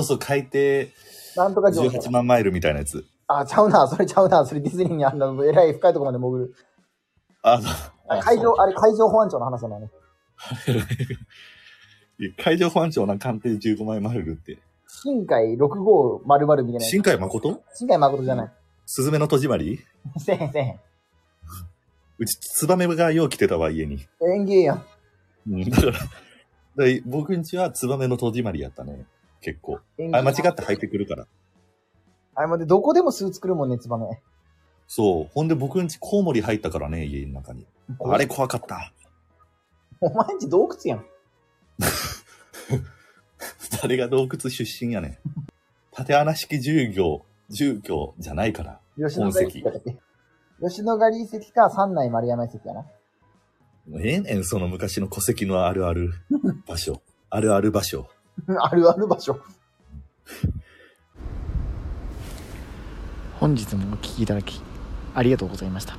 そうそう、海底なんとか城18万マイルみたいなやつ。あ、ちゃうな、それちゃうな、それディズニーにあんなの、えらい深いところまで潜る。あ、そうああ海そう上、あれ海上保安庁の話なのね。いや海上保安庁の艦艇15万マイルって。深海650みたいなやつ。新海誠新海誠じゃない。スズメの戸締まりせえへんせえへん。うち、ツバメがよう来てたわ、家に。演芸やん。うん、だから、だから僕んちはツバメの戸締まりやったね。結構。演技あ、間違って入ってくるから。あれまでどこでもスーツくるもんね、ツバメ。そう。ほんで僕んちコウモリ入ったからね、家の中に。あれ怖かった。お前んち洞窟やん。誰が洞窟出身やねん。縦穴式住居、住居じゃないから。吉野ヶ里遺跡だっけ吉野ヶ里遺跡か三内丸山遺跡やな。ええねん、その昔の戸籍のあるある場所。あるある場所。あるある場所。本日もお聞きいただきありがとうございました